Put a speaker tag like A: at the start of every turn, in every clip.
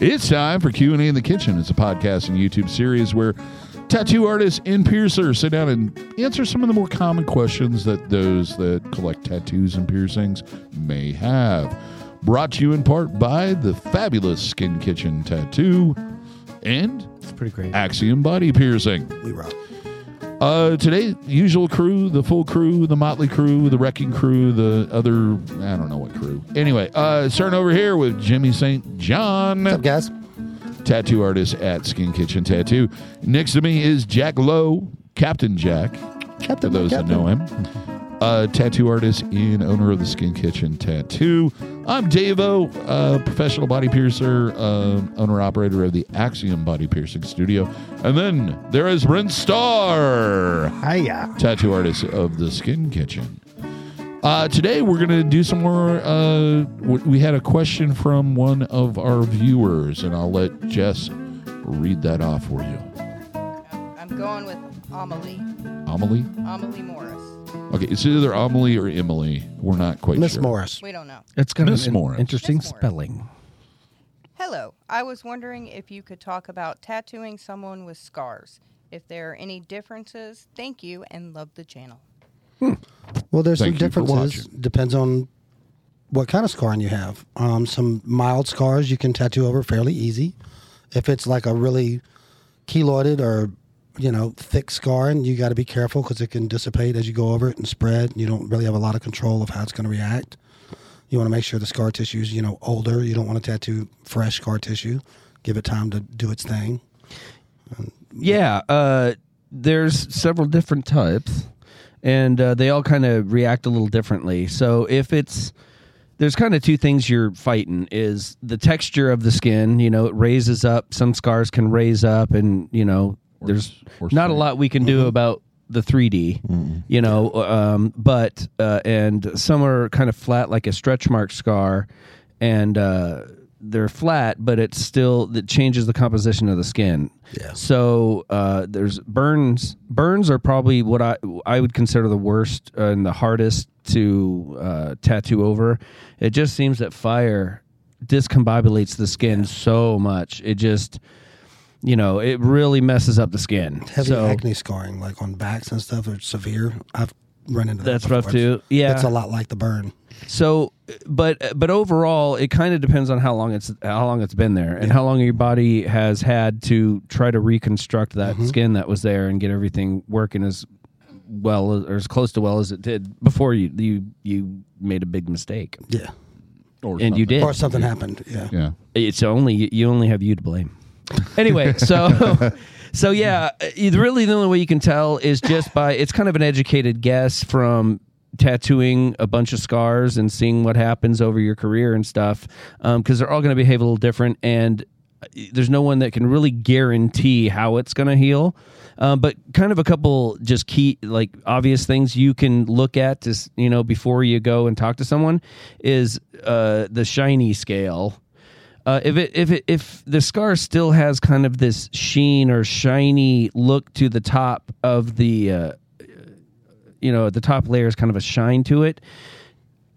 A: It's time for Q&A in the Kitchen. It's a podcast and YouTube series where tattoo artists and piercers sit down and answer some of the more common questions that those that collect tattoos and piercings may have. Brought to you in part by the fabulous Skin Kitchen Tattoo and
B: It's pretty great.
A: Axiom Body Piercing.
C: We rock.
A: Uh, today, usual crew, the full crew, the motley crew, the wrecking crew, the other, I don't know what crew. Anyway, uh, starting over here with Jimmy St. John,
C: What's up, guys?
A: tattoo artist at Skin Kitchen Tattoo. Next to me is Jack Lowe, Captain Jack, for
C: Captain,
A: those that
C: Captain.
A: know him. Uh, tattoo artist and owner of the Skin Kitchen Tattoo. I'm Dave O, uh, professional body piercer, um, owner operator of the Axiom Body Piercing Studio. And then there is Brent Starr
C: Hiya.
A: tattoo artist of the Skin Kitchen. Uh, today we're gonna do some more. Uh, w- we had a question from one of our viewers, and I'll let Jess read that off for you.
D: I'm going with Amelie,
A: Amelie.
D: Amelie Morris.
A: Okay, it's either Amelie or Emily. We're not quite
C: Miss
A: sure.
C: Morris.
D: We don't know.
B: It's got
A: Miss
B: an
A: Morris.
B: interesting
D: Miss Morris.
B: spelling.
D: Hello. I was wondering if you could talk about tattooing someone with scars. If there are any differences, thank you and love the channel.
C: Well, there's
A: Thank you
C: some
A: for
C: differences. Depends on what kind of scarring you have. Um, some mild scars you can tattoo over fairly easy. If it's like a really keloided or you know thick scar, and you got to be careful because it can dissipate as you go over it and spread. You don't really have a lot of control of how it's going to react. You want to make sure the scar tissue is you know older. You don't want to tattoo fresh scar tissue. Give it time to do its thing.
B: Yeah, uh, there's several different types, and uh, they all kind of react a little differently. So if it's there's kind of two things you're fighting is the texture of the skin. You know, it raises up. Some scars can raise up, and you know, there's
A: or Mm-hmm.
B: not a
A: straight.
B: lot we can do about the 3D. You know, um, but uh, and some are kind of flat, like a stretch mark scar, and uh, they're flat, but it's still it changes the composition of the skin.
C: Yeah.
B: So uh, there's burns. Burns are probably what I I would consider the worst uh, and the hardest to uh, tattoo over. It just seems that fire discombobulates the skin so much. It just you know it really messes up the skin.
C: Heavy
B: so
C: acne scarring, like on backs and stuff, are severe. I've run into that.
B: that's rough
C: before.
B: too. Yeah.
C: It's a lot like the burn.
B: So, but but overall, it kind of depends on how long it's how long it's been there and how long your body has had to try to reconstruct that
A: Mm-hmm.
B: skin that was there and get everything working as well as- or as close to well as it did before you you you made a big mistake
C: Yeah.
A: Or
B: and you
A: something.
B: did.
C: Or something happened. Yeah.
A: Yeah.
B: It's only you only have you to blame. Anyway, so so yeah, uh, it- really the only way you can tell is just by it's kind of an educated guess from tattooing a bunch of scars and seeing what happens over your career and stuff because they're all going to behave a little different and uh, there's no one that can really guarantee how it's going to heal. Um, but kind of a couple just key, like obvious things you can look at to, s- you know, before you go and talk to someone is uh, the shiny scale. Uh, if it if it if the scar still has kind of this sheen or shiny look to the top of the uh, you know the top layer is kind of a shine to it.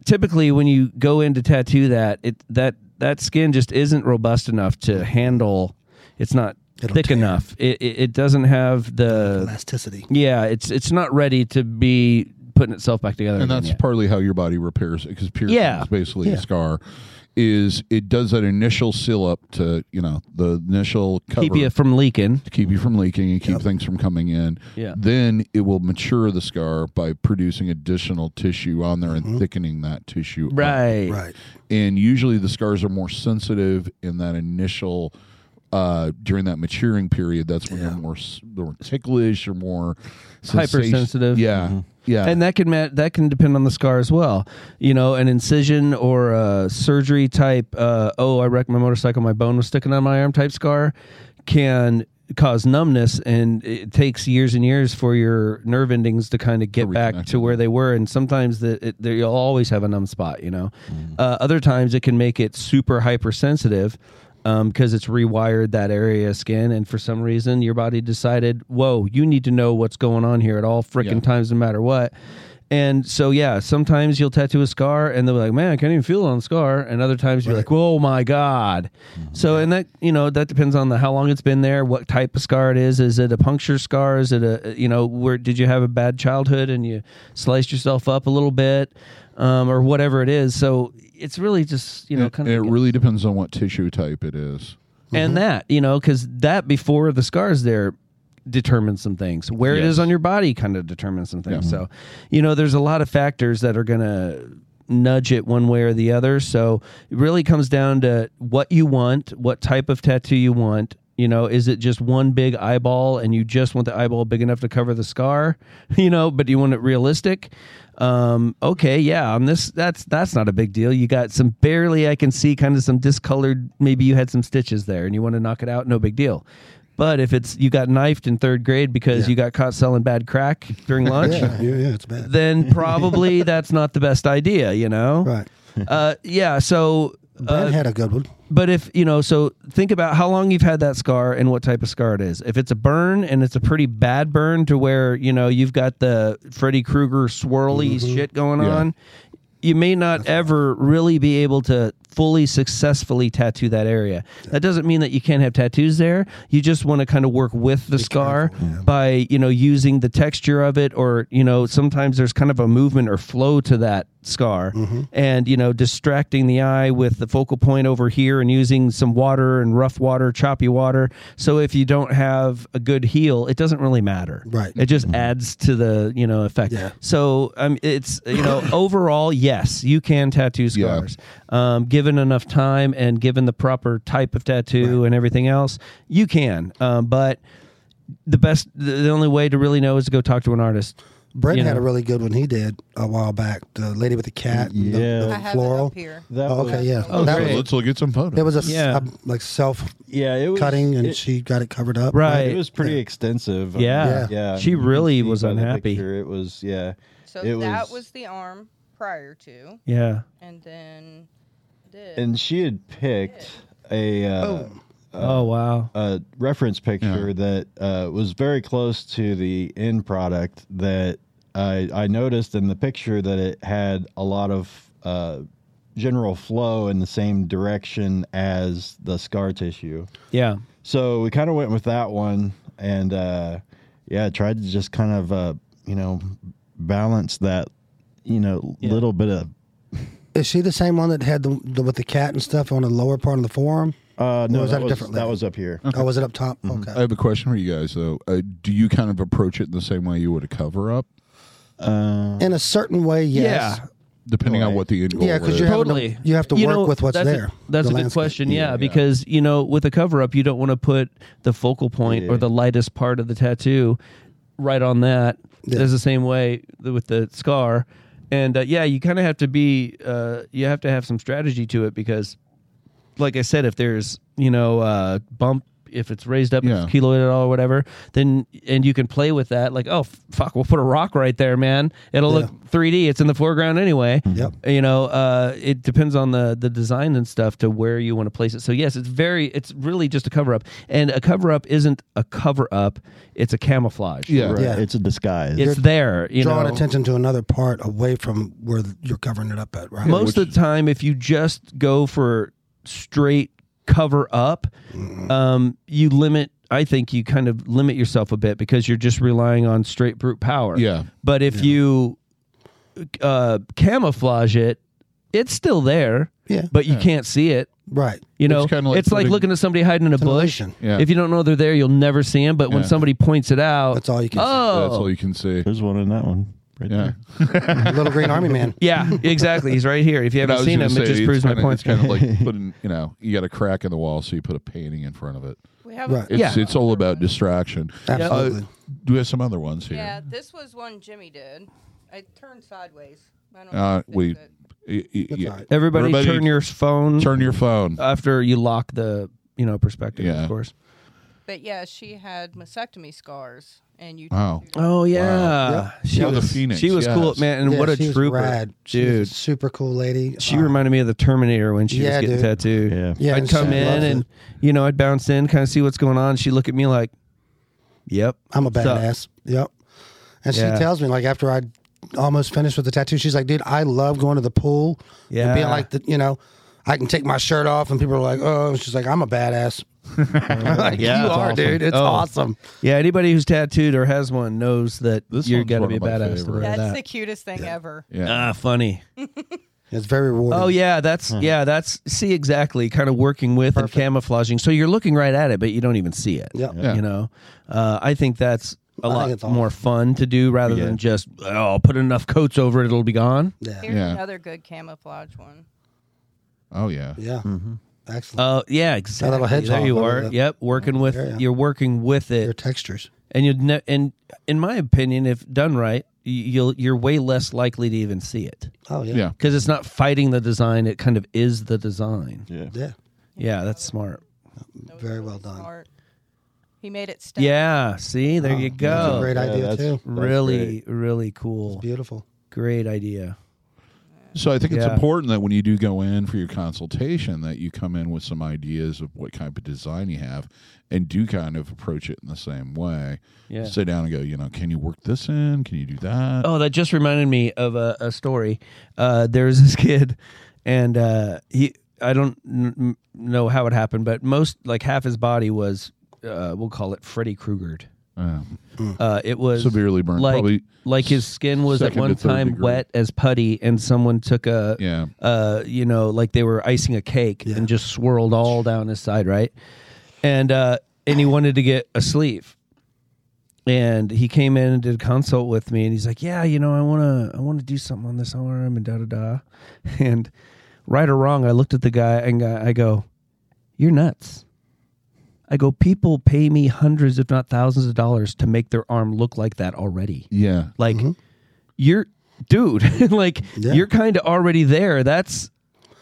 B: Typically, when you go in to tattoo that, it that that skin just isn't robust enough to handle. It's not
C: It'll
B: thick
C: tear.
B: enough. It, it it doesn't have the
C: Elasticity.
B: yeah. It's it's not ready to be putting itself back together.
A: And
B: again
A: that's
B: yet.
A: partly how your body repairs it because piercing
B: Yeah.
A: is basically
C: Yeah.
A: a scar. Is it does that initial seal up to you know the initial cover
B: keep you from leaking.
A: to keep you from leaking and keep things from coming in.
B: Yeah.
A: Then it will mature the scar by producing additional tissue on there and thickening that tissue. up.
B: Mm-hmm. Right.
C: Right.
A: And usually the scars are more sensitive in that initial uh, during that maturing period. That's when they're more s- they're more ticklish or more sensation-
B: Hypersensitive. Mm-hmm.
A: Yeah. Yeah.
B: and that can ma- that can depend on the scar as well. You know, an incision or a surgery type. Uh, oh, I wrecked my motorcycle. My bone was sticking on my arm. Type scar can cause numbness, and it takes years and years for your nerve endings to kind of get back
A: reconnect
B: to where they were. And sometimes the, it, there, you'll always have a numb spot. You know,
A: Mm.
B: uh, other times it can make it super hypersensitive. Because um, it's rewired that area of skin, and for some reason your body decided, "Whoa, you need to know what's going on here at all freaking
A: Yeah.
B: times, no matter what. And so, yeah, sometimes you'll tattoo a scar and they'll be like, man, I can't even feel on the scar. And other times you're like, oh my God.
A: Mm-hmm.
B: So, and that, you know, that depends on the how long it's been there, what type of scar it is. Is it a puncture scar? Is it a, you know, where did you have a bad childhood and you sliced yourself up a little bit um, or whatever it is? So it's really just, you know,
A: It,
B: kind
A: it
B: of.
A: really depends on what tissue type it is.
B: and that, you know, because that before the scars there determines some things. Where it
A: Yes.
B: is on your body kind of determines some things. So, you know, there's a lot of factors that are going to nudge it one way or the other. So, it really comes down to what you want, what type of tattoo you want. You know, is it just one big eyeball and you just want the eyeball big enough to cover the scar? You know, but do you want it realistic? Um, okay, yeah, on this that's that's not a big deal. You got some barely I can see kind of some discolored maybe you had some stitches there and you want to knock it out, no big deal. But if it's you got knifed in third grade because you got caught selling bad crack during lunch,
C: Yeah, yeah, yeah, it's bad.
B: then probably that's not the best idea, you know?
C: right.
B: Uh, yeah. So,
C: Ben
B: uh,
C: had a good one.
B: but if you know, so think about how long you've had that scar and what type of scar it is. If it's a burn and it's a pretty bad burn to where you know you've got the Freddy Krueger swirly shit going
A: Yeah.
B: on, you may not ever really be able to fully successfully tattoo that area. That doesn't mean that you can't have tattoos there. You just want to kind of work with the scar by, you know, using the texture of it or, you know, sometimes there's kind of a movement or flow to that scar and, you know, distracting the eye with the focal point over here and using some water and rough water, choppy water. So if you don't have a good heel, it doesn't really matter.
C: Right.
B: It just adds to the, you know, effect.
C: Yeah.
B: So um, it's you know overall, yes, you can tattoo
A: Yeah.
B: scars. Um, given enough time and given the proper type of tattoo and everything else, you can. Um, but the best, the, the only way to really know is to go talk to an artist.
C: Brent
B: you
C: had a
B: know.
C: really good one he did a while back. The lady with the cat. and the-
E: Yeah.
C: The,
D: I have it
C: floral.
D: up here.
E: That
C: Oh,
E: was-
C: okay, yeah.
B: Oh,
C: that
B: great.
C: was,
A: Let's look at some photos.
C: there was a, s-
B: Yeah.
C: a, like self
E: Yeah, it was
C: cutting, and
E: it-
C: she got it covered up.
B: Right.
E: It was pretty extensive. Um,
B: Yeah.
E: yeah.
B: Yeah.
E: I
B: She
E: mean, you can
B: really
E: see
B: was
E: by the
B: unhappy.
E: picture, It was yeah.
D: So
E: It
D: that
E: was-
D: was the arm prior to,
B: Yeah,
D: and then this.
E: And she had picked a uh,
B: oh wow,
E: a reference picture that uh, was very close to the end product that I, I noticed in the picture that it had a lot of uh, general flow in the same direction as the scar tissue.
B: yeah,
E: So we kind of went with that one, and uh, yeah, tried to just kind of uh, you know balance that you know
B: Yeah.
E: little bit of
C: Is she the same one that had the, the with the cat and stuff on the lower part of the forearm?
E: uh, no,
C: was
E: that,
C: that a
E: was
C: different
E: that
C: layer?
E: was up here.
B: Uh,
C: Oh, was it up top?
B: Mm-hmm.
A: I
C: Okay.
A: have a question for you guys though. Uh, do you kind of approach it in the same way you would a cover up,
E: Uh,
C: In a certain way, yes.
B: yeah.
A: depending on
E: Right.
A: what the end goal
C: Yeah, 'cause
A: is?
C: you're having to-
B: totally.
C: you have to work with what's
B: that's a-
C: there,
B: that's a good
C: the landscape.
B: question. Yeah, because you know, with a cover up, you don't want to put the focal point or
E: Yeah.
B: the lightest part of the tattoo right on that.
C: Yeah.
B: There's the same way th- with the scar, and uh, yeah, you kind of have to be. Uh, you have to have some strategy to it because, like I said, if there's you know uh, bump. If it's raised up,
A: Yeah.
B: it's keloid at all, or whatever, then and you can play with that. Like, oh f- fuck, we'll put a rock right there, man. It'll
C: Yeah.
B: look 3D. It's in the foreground anyway.
C: Yep.
B: You know, uh, it depends on the the design and stuff to where you want to place it. So yes, it's very, it's really just a cover up, and a cover up isn't a cover up; it's a camouflage.
A: yeah,
E: right,
C: Yeah.
E: it's a disguise.
B: it's there. You
C: Drawing
B: know,
C: attention to another part away from where th- you're covering it up at, right?
B: most of the time, if you just go for straight cover up,
C: Mm.
B: um, you limit. I think you kind of limit yourself a bit because you're just relying on straight brute power.
A: yeah.
B: But if you uh, camouflage it, it's still there,
C: yeah.
B: but you can't see it.
C: Right.
B: You know, it's,
A: kinda
B: like,
A: like putting-
B: looking at somebody hiding in a
C: an
B: bush.
C: illusion.
A: Yeah.
B: If you don't know they're there, you'll never see them. But when
A: Yeah.
B: somebody points it out,
C: That's all you can
B: oh,
A: That's all you can see.
E: There's one in that one. Right
A: Yeah.
E: there.
C: see. Little Green Army Man.
B: yeah, exactly. He's right here. If you
A: And I was
B: haven't seen
A: gonna
B: him,
A: say,
B: it just
A: it's
B: proves my
A: kinda-
B: point.
A: It's kind of like putting, you know, you got a crack in the wall, so you put a painting in front of it.
D: we have
C: Right.
D: a,
A: It's
B: Yeah.
A: it's all about distraction.
C: Absolutely.
B: Oh,
A: Uh, we have some other ones here.
D: yeah. This was one Jimmy did. I turned sideways. I don't
A: Uh,
D: know if
A: we-
D: that's it.
A: Y- y-
C: That's
A: yeah.
C: all right.
B: Everybody,
A: Everybody
B: turn your phone
A: Turn your phone.
B: after you lock the you know perspective,
A: Yeah.
B: of course.
D: But yeah, she had mastectomy scars, and you.
A: Wow.
B: Oh yeah, she
A: Yeah, the
B: was
A: Phoenix,
B: she was cool,
A: yes.
B: man, and
C: Yeah,
B: what a
C: she was
B: trooper,
C: rad. She was a
B: dude.
C: super cool lady.
B: She
C: Uh,
B: reminded me of the Terminator when she was
C: Yeah,
B: getting
C: dude.
B: tattooed.
E: Yeah.
C: Yeah,
B: I'd
C: and she
B: come in
C: loved
B: and
C: it.
B: you know I'd bounce in, kind of see what's going on. She'd look at me like, "Yep,
C: I'm a
B: What's up?"
C: badass. Yep. And
B: Yeah.
C: she tells me like after I almost finished with the tattoo. She's like, dude, I love going to the pool. And being
B: Yeah.
C: like, the, you know, I can take my shirt off and people are like, oh, she's like, I'm a badass. like,
B: Yeah,
C: you
B: it's
C: are,
B: awesome.
C: dude. It's
B: Oh.
C: awesome.
B: Yeah, anybody who's tattooed or has one knows that
A: This
B: you're
A: one's
B: gonna
A: one
B: be a
A: of my
B: badass. To wear
A: favorites.
D: That's
B: that.
D: the cutest thing ever.
A: Yeah.
B: ah, funny.
C: It's very rewarding.
B: Oh yeah, that's yeah, that's see exactly kind of working with and camouflaging. So you're looking right at it, but you don't even see it.
C: Yep.
A: Yeah.
B: You know, uh, I think that's a
C: think
B: lot
C: it's
B: more fun to do rather
E: Yeah.
B: than just oh, I'll put enough coats over it, it'll be gone.
C: Yeah.
D: Here's
A: Yeah.
D: another good camouflage one.
A: Oh yeah.
C: Yeah. Excellent.
B: Uh, yeah, exactly.
C: little hedgehog
B: there you
C: over
B: are.
C: the-
B: Yep, working with
C: Yeah, yeah.
B: you're working with it,
C: Your textures.
B: and you ne- and in my opinion, if done right, y- you'll you're way less likely to even see it
C: Oh, yeah.
A: Yeah.
B: because it's not fighting the design; it kind of is the design.
E: Yeah.
C: Yeah.
B: Yeah, that's smart.
D: That was
C: Very
D: really
C: well done.
D: smart. He made it stand.
B: Yeah, see, there you go.
C: That's a great
E: Yeah,
C: idea,
E: that's-
C: too.
E: that's
B: really
E: great.
B: really cool
C: Beautiful.
B: great idea
A: So I think it's
B: Yeah.
A: important that when you do go in for your consultation, that you come in with some ideas of what kind of design you have, and do kind of approach it in the same way.
B: Yeah.
A: Sit down and go. You know, can you work this in? Can you do that?
B: oh that just reminded me of a, a story uh, there's this kid and uh, he i don't n- n- know how it happened but most like half his body was uh, we'll call it freddy kruegered
A: Um,
B: uh, it was
A: Severely burned,
B: like,
A: probably
B: like his skin was at
A: second
B: one
A: to third
B: time
A: degree.
B: wet as putty and someone took a
A: yeah.
B: uh, you know, like they were icing a cake and just swirled all down his side, right? And uh, and he wanted to get a sleeve, and he came in and did a consult with me, and he's like, "Yeah, you know, I wanna I wanna do something on this arm and da da da," and right or wrong, I looked at the guy and I I go, "You're nuts." I go, people pay me hundreds, if not thousands of dollars to make their arm look like that already.
A: Yeah.
B: Like you're dude, like
C: Yeah.
B: you're kind of already there. That's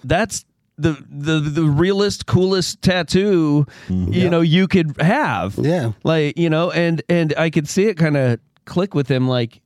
B: that's the the the realest coolest tattoo you know you could have.
C: Yeah.
B: Like, you know, and and I could see it kind of click with him like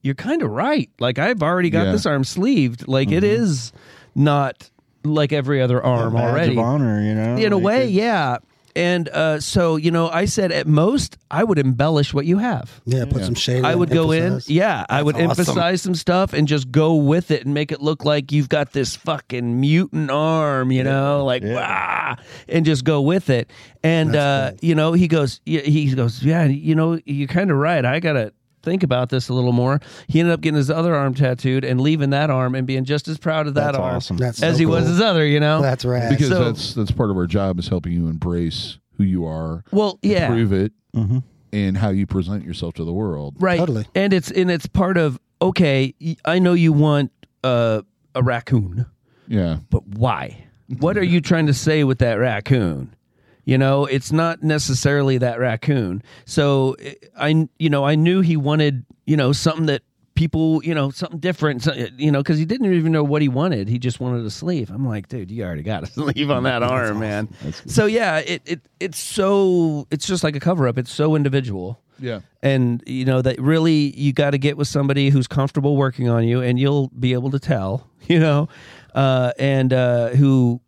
B: you're kind of right. Like I've already got
A: Yeah.
B: this arm sleeved. Like it is not like every other arm
E: Badge
B: already
E: of honor, you know.
B: in a
E: Like,
B: way,
E: it-
B: yeah. And uh, so you know, I said at most I would embellish what you have.
C: Yeah. Put some shade
B: I
C: in,
B: would go in, e-
C: emphasize.
B: yeah. I would
C: awesome.
B: emphasize some stuff and just go with it and make it look like you've got this fucking mutant arm, you know, like wah, and just go with it. And uh, you know, he goes, y- he goes, yeah, you know, you're kind of right. I gotta think about this a little more. He ended up getting his other arm tattooed and leaving that arm and being just as proud of that
E: That's
B: arm
E: awesome.
C: That's
B: as
C: so
B: he was
C: cool.
B: his other. You know,
C: That's rad.
A: Because
B: So-
A: that's that's part of our job is helping you embrace who you are,
B: well, yeah.
A: prove it, and how you present yourself to the world.
B: right
C: Totally.
B: and it's and it's part of okay y- i know you want uh, a raccoon
A: Yeah.
B: but why what are you trying to say with that raccoon you know it's not necessarily that raccoon so eh, i you know i knew he wanted you know something that people you know something different so- eh, you know because he didn't even know what he wanted he just wanted a sleeve i'm like dude you already got a sleeve on that arm man so yeah it, it it's so it's just like a cover-up it's so individual
A: Yeah.
B: and you know that really you got to get with somebody who's comfortable working on you and you'll be able to tell you know uh, and uh, who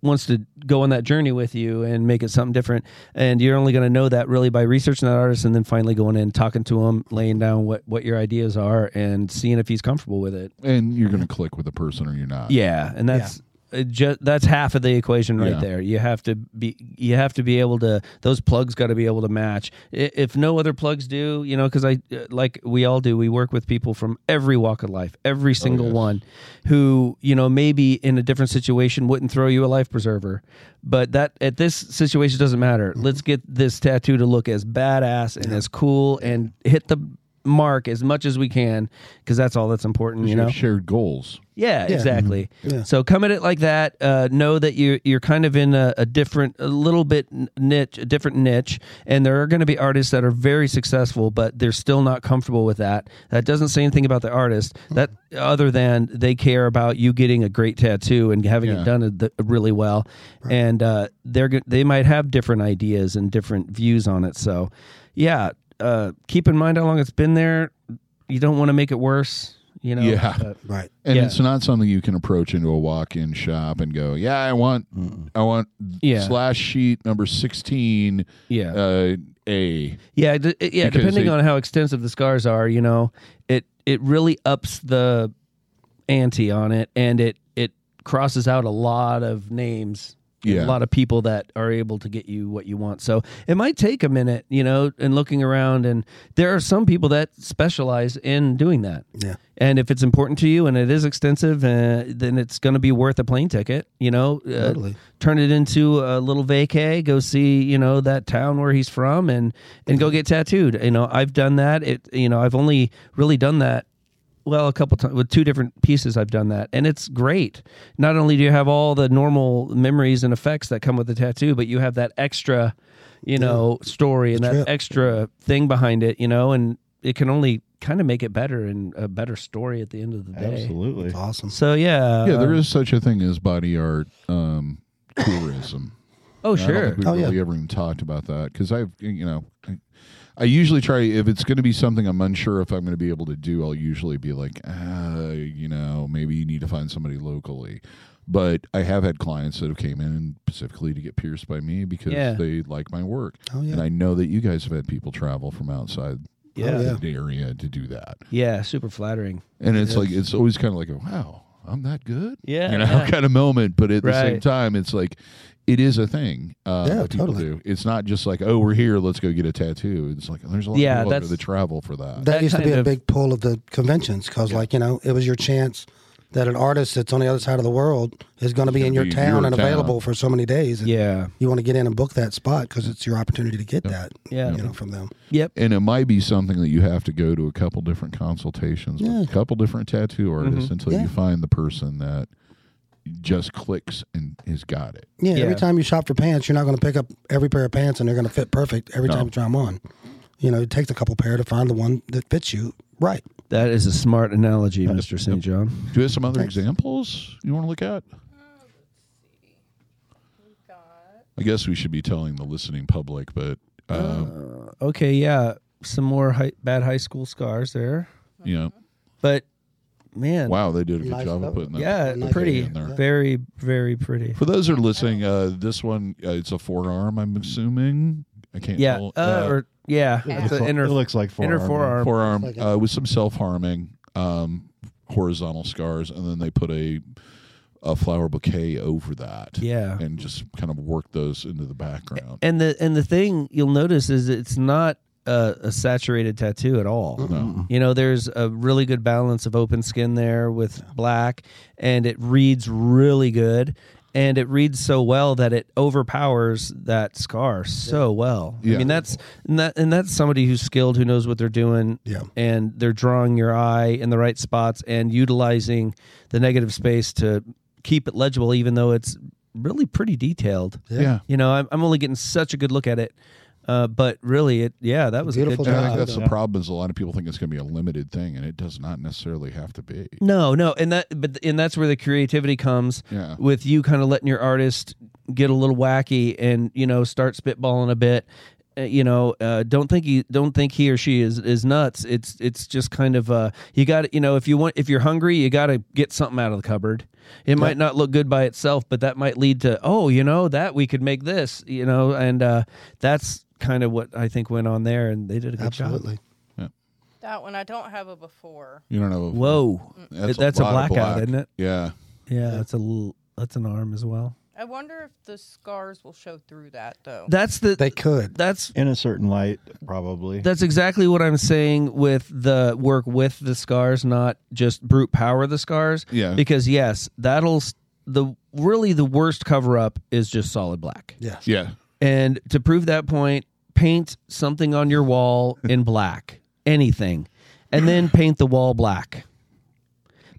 B: wants to go on that journey with you and make it something different and you're only going to know that really by researching that artist and then finally going in talking to him laying down what, what your ideas are and seeing if he's comfortable with it
A: And you're gonna click with the person or you're not.
B: yeah and that's it ju- that's half of the equation right
A: Yeah.
B: there you have to be you have to be able to those plugs got to be able to match I- if no other plugs do you know because i uh, like we all do we work with people from every walk of life
A: Oh,
B: every single one who you know maybe in a different situation wouldn't throw you a life preserver but that at this situation doesn't matter
A: Mm-hmm.
B: let's get this tattoo to look as badass and as cool and hit the mark as much as we can because that's all that's important you
A: You have
B: know
A: shared goals.
B: yeah, exactly.
A: Mm-hmm.
C: Yeah.
B: So come at it like that. Uh, know that you you're kind of in a, a different, a little bit n- niche, a different niche, and there are going to be artists that are very successful, but they're still not comfortable with that. That doesn't say anything about the artist.
A: Mm-hmm.
B: That other than they care about you getting a great tattoo and having
A: Yeah.
B: it done a- th- really well, and uh, they're go- they might have different ideas and different views on it. So, yeah, uh, keep in mind how long it's been there. You don't want to make it worse. You know.
A: Yeah.
B: but-
C: Right.
A: And
B: Yeah.
A: it's not something you can approach into a walk-in shop and go, "Yeah, I want, I want
B: Yeah.
A: slash sheet number sixteen,
B: Yeah.
A: uh, a."
B: Yeah, d- yeah.
A: Because
B: depending
A: they-
B: on how extensive the scars are, you know, it it really ups the ante on it, and it it crosses out a lot of names. and
A: Yeah.
B: A lot of people that are able to get you what you want. So it might take a minute, you know, and looking around. And there are some people that specialize in doing that.
C: Yeah.
B: And if it's important to you and it is extensive, uh, then it's going to be worth a plane ticket. You know, uh,
C: Totally.
B: turn it into a little vacay. Go see you know that town where he's from and and go get tattooed. You know, I've done that. It you know I've only really done that. Well, a couple times with two different pieces, I've done that, and it's great. Not only do you have all the normal memories and effects that come with the tattoo, but you have that extra, you know, story and that
C: trip.
B: extra thing behind it, you know, and it can only kind of make it better and a better story at the end of the day.
E: Absolutely.
C: Awesome.
B: So yeah, um,
A: yeah, there is such a thing as body art um, tourism.
B: Oh
A: I don't
B: sure,
A: think we've
C: Oh, yeah.
A: really ever even talked about that because I've you know, I, I usually try if it's going to be something I'm unsure if I'm going to be able to do. I'll usually be like, ah, you know, maybe you need to find somebody locally. But I have had clients that have came in and specifically to get pierced by me because
B: Yeah.
A: they like my work,
C: Oh, yeah.
A: and I know that you guys have had people travel from outside
B: yeah.
C: Oh,
B: yeah,
C: yeah.
A: the area to do that,
B: super flattering.
A: and it's like it's always kind of like, wow, I'm that good
B: Yeah,
A: you know,
B: yeah.
A: kind of moment. But at the same
B: Right.
A: time, it's like it is a thing uh,
C: Yeah,
A: that people
C: totally.
A: do. It's not just like, oh, we're here, let's go get a tattoo. It's like there's a lot
B: Yeah,
A: of people out there
B: that's-
A: that travel for that.
C: that,
B: That
C: used to be
B: kind
C: a
B: of-
C: big pull of the conventions because, like, you know, it was your chance that an artist that's on the other side of the world is going to be in your
A: be
C: town
A: your
C: and
A: town.
C: available for so many days. and
B: Yeah,
C: You want to get in and book that spot because it's your opportunity to get that.
B: Yeah.
C: You know, from them.
B: yep,
A: and it might be something that you have to go to a couple different consultations
C: Yeah.
A: with a couple different tattoo
B: Mm-hmm.
A: artists until
C: Yeah.
A: you find the person that just clicks and has got it.
C: Yeah,
B: Yeah.
C: Every time you shop for pants, you're not going to pick up every pair of pants and they're going to fit perfect every time you try them on. You know, it takes a couple pair to find the one that fits you right.
B: that is a smart analogy, Mister St. John.
A: Do you have some other examples you want to look at? I guess we should be telling the listening public, but uh,
B: Okay, yeah, some more hi- bad high school scars there,
A: you know,
B: but man,
A: wow, they did a good
C: Nice
A: job of
C: cover.
A: putting that.
B: yeah,
C: Nice
B: pretty,
A: in there.
B: very, very pretty.
A: For those who are listening, uh, this one uh, it's a forearm. I'm assuming I can't.
B: Yeah,
A: tell.
B: uh, or yeah, it's an
E: It
B: inner,
E: looks like forearm.
B: inner forearm.
A: forearm uh, with some self harming, um, horizontal scars, and then they put a a flower bouquet over that.
B: Yeah.
A: and just kind of work those into the background.
B: And the and the thing you'll notice is it's not a, a saturated tattoo at all. You know, there's a really good balance of open skin there with black, and it reads really good. And it reads so well that it overpowers that scar so well. I
A: Yeah.
B: mean, that's and, that, and that's somebody who's skilled, who knows what they're doing,
C: Yeah.
B: and they're drawing your eye in the right spots and utilizing the negative space to keep it legible, even though it's really pretty detailed.
A: yeah.
B: You know, I'm, I'm only getting such a good look at it. Uh, but really, it yeah, that was
C: Beautiful
B: a good
A: And I
B: job.
A: think that's the problem is a lot of people think it's going to be a limited thing, and it does not necessarily have to be.
B: No, no, and that but and that's where the creativity comes
A: Yeah.
B: with you kind of letting your artist get a little wacky and you know start spitballing a bit. Uh, you know, uh, don't think he don't think he or she is is nuts. It's it's just kind of uh, you got you know if you want if you're hungry you got to get something out of the cupboard. It might not look good by itself, but that might lead to oh you know that we could make this you know and uh, that's kind of what I think went on there and they did a good job.
C: Absolutely.
D: That one I don't have a before.
A: You don't know. if-
B: Whoa, that's, a,
A: lot of
B: blackout,
A: black.
B: isn't it?
A: Yeah.
B: Yeah, that's a little, that's an arm as well.
D: I wonder if the scars will show through that though.
B: That's the
C: They could.
B: that's
E: In a certain light, probably.
B: that's exactly what I'm saying with the work with the scars, not just brute power the scars.
A: Yeah.
B: Because yes, that'll s- the really the worst cover up is just solid black.
C: Yes.
A: Yeah.
B: And to prove that point, paint something on your wall in black, anything, and then paint the wall black.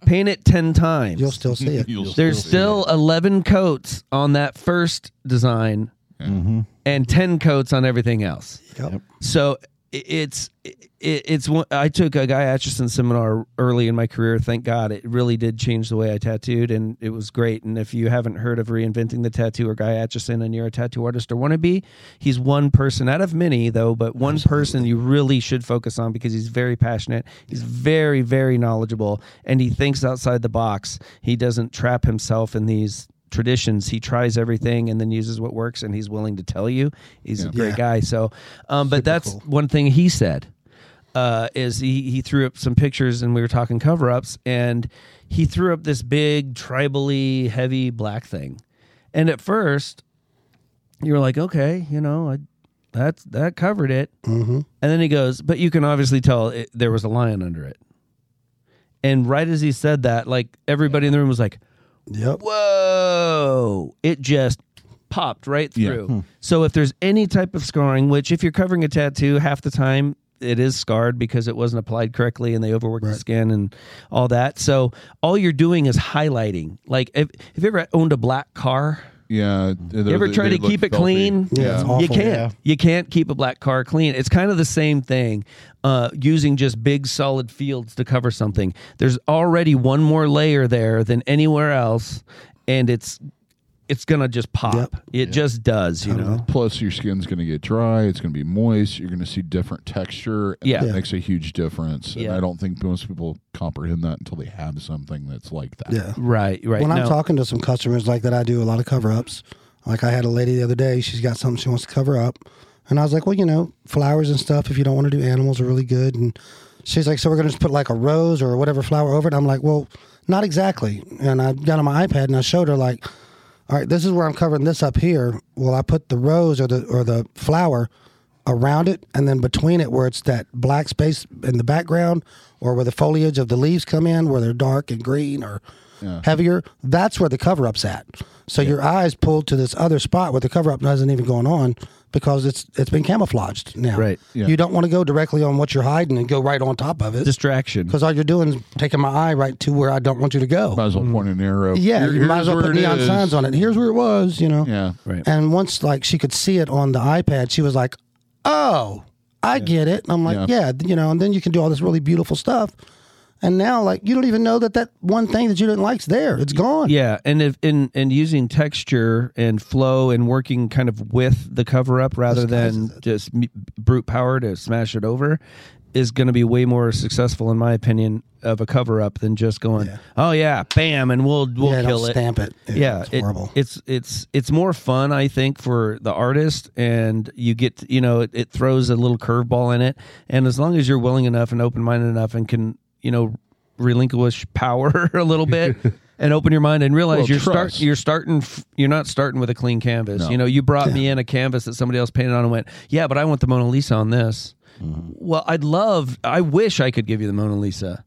B: Paint it ten times.
C: You'll still see it.
A: You'll
B: There's still 11 coats on that first design and 10 coats on everything else.
C: Yep.
B: So i- it's i- it's one- I took a Guy Atchison seminar early in my career. Thank God, it really did change the way I tattooed, and it was great. And if you haven't heard of reinventing the tattoo or Guy Atchison, and you're a tattoo artist or wannabe, he's one person out of many though, but one person you really should focus on because he's very passionate. He's very very knowledgeable, and he thinks outside the box. He doesn't trap himself in these traditions. He tries everything and then uses what works, and he's willing to tell you. He's a great
C: Yeah.
B: guy. So, um, but that's one thing he said. uh, is he, he threw up some pictures and we were talking cover ups and he threw up this big tribally heavy black thing. And at first you were like, okay, you know, I, that's that covered it. Mm-hmm. And then he goes, but you can obviously tell it, there was a lion under it. And right as he said that, like everybody in the room was like,
C: Yep.
B: whoa, it just popped right through. So if there's any type of scarring, which if you're covering a tattoo, half the time it is scarred because it wasn't applied correctly and they overworked the skin and all that. So all you're doing is highlighting. Like if have you ever owned a black car?
A: Yeah.
B: Mm. You ever try to keep it clean?
C: Yeah, it's awful.
B: You can't. You can't keep a black car clean. It's kind of the same thing, uh, using just big solid fields to cover something. There's already one more layer there than anywhere else, and it's it's gonna just pop. It just does, you know.
A: Plus, your skin's going to get dry. It's going to be moist. You're going to see different texture. And
B: Yeah.
A: That
B: Yeah.
A: makes a huge difference. And
B: Yeah.
A: I don't think most people comprehend that until they have something that's like that.
C: Yeah.
B: Right, right.
C: When I'm
B: No.
C: talking to some customers like that, I do a lot of cover ups. Like I had a lady the other day, she's got something she wants to cover up. And I was like, well, you know, flowers and stuff, if you don't want to do animals, are really good. And she's like, so we're going to just put like a rose or whatever flower over it. I'm like, well, not exactly. And I got on my iPad and I showed her, like, all right, this is where I'm covering this up here. Well, I put the rose or the or the flower around it, and then between it, where it's that black space in the background, or where the foliage of the leaves come in, where they're dark and green or heavier. That's where the cover up's at. So your eyes pulled to this other spot where the cover up isn't even going on because it's it's been camouflaged now.
B: Right,
A: yeah.
C: You don't want to go directly on what you're hiding and go right on top of it because
B: Distraction.
C: all you're doing is taking my eye right to where I don't want you to go.
A: Might as
B: Mm.
A: well point an arrow.
C: Yeah,
A: Here-
C: you might
A: here's
C: as well
A: where
C: put
A: it
C: neon
A: is.
C: signs on it. Here's where it was, you know.
A: Yeah.
B: Right.
C: And once like she could see it on the iPad, she was like, "Oh, I get it." And I'm like, yeah. you know." And then you can do all this really beautiful stuff. And now, like, you don't even know that that one thing that you didn't like's there. It's gone.
B: Yeah, and if in and using texture and flow and working kind of with the cover up rather than just m- brute power to smash it over is going to be way more successful in my opinion of a cover up than just going oh yeah bam and we'll we'll
C: Yeah, don't
B: kill it
C: stamp it. Yeah,
B: yeah
C: it's
B: it-
C: horrible.
B: it's it's it's more fun I think for the artist and you get you know it, it throws a little curveball in it and as long as you're willing enough and open minded enough and can you know relinquish power a little bit and open your mind and realize
A: Well,
B: you're
A: trust.
B: start you're starting f- you're not starting with a clean canvas you know you brought me in a canvas that somebody else painted on and went yeah but I want the Mona Lisa on this well I'd love I wish I could give you the Mona Lisa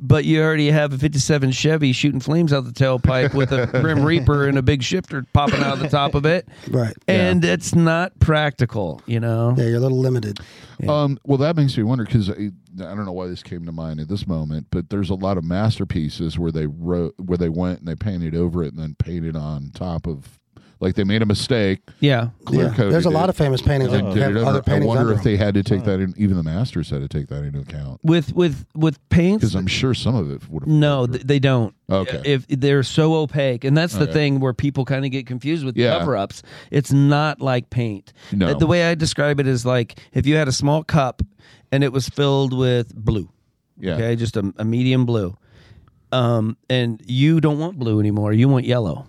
B: but you already have a 57 Chevy shooting flames out the tailpipe with a Grim Reaper and a big shifter popping out of the top of it.
C: Right.
B: And it's not practical, you know?
C: Yeah, you're a little limited.
A: Um, well, that makes me wonder because I, I don't know why this came to mind at this moment, but there's a lot of masterpieces where they wrote, where they went and they painted over it and then painted on top of, like they made a mistake.
B: Yeah.
A: Clear
C: yeah.
A: coated
C: There's a
A: it,
C: lot of famous paintings
A: and
B: Oh.
C: that
A: did it
C: have
A: under-
C: other
A: I
C: paintings
A: wonder
C: under
A: if
C: them.
A: they had to
B: Hmm.
A: take that in. Even the masters had to take that into account
B: With with with paints
A: because I'm sure some of it would have.
B: no, th- they don't.
A: Okay.
B: If they're so opaque, and that's the thing where people kind of get confused with
A: Yeah.
B: cover-ups. It's not like paint.
A: No.
B: Uh, The way I describe it is like if you had a small cup and it was filled with blue.
A: Yeah.
B: Okay, just a, a medium blue. Um, and you don't want blue anymore. You want yellow.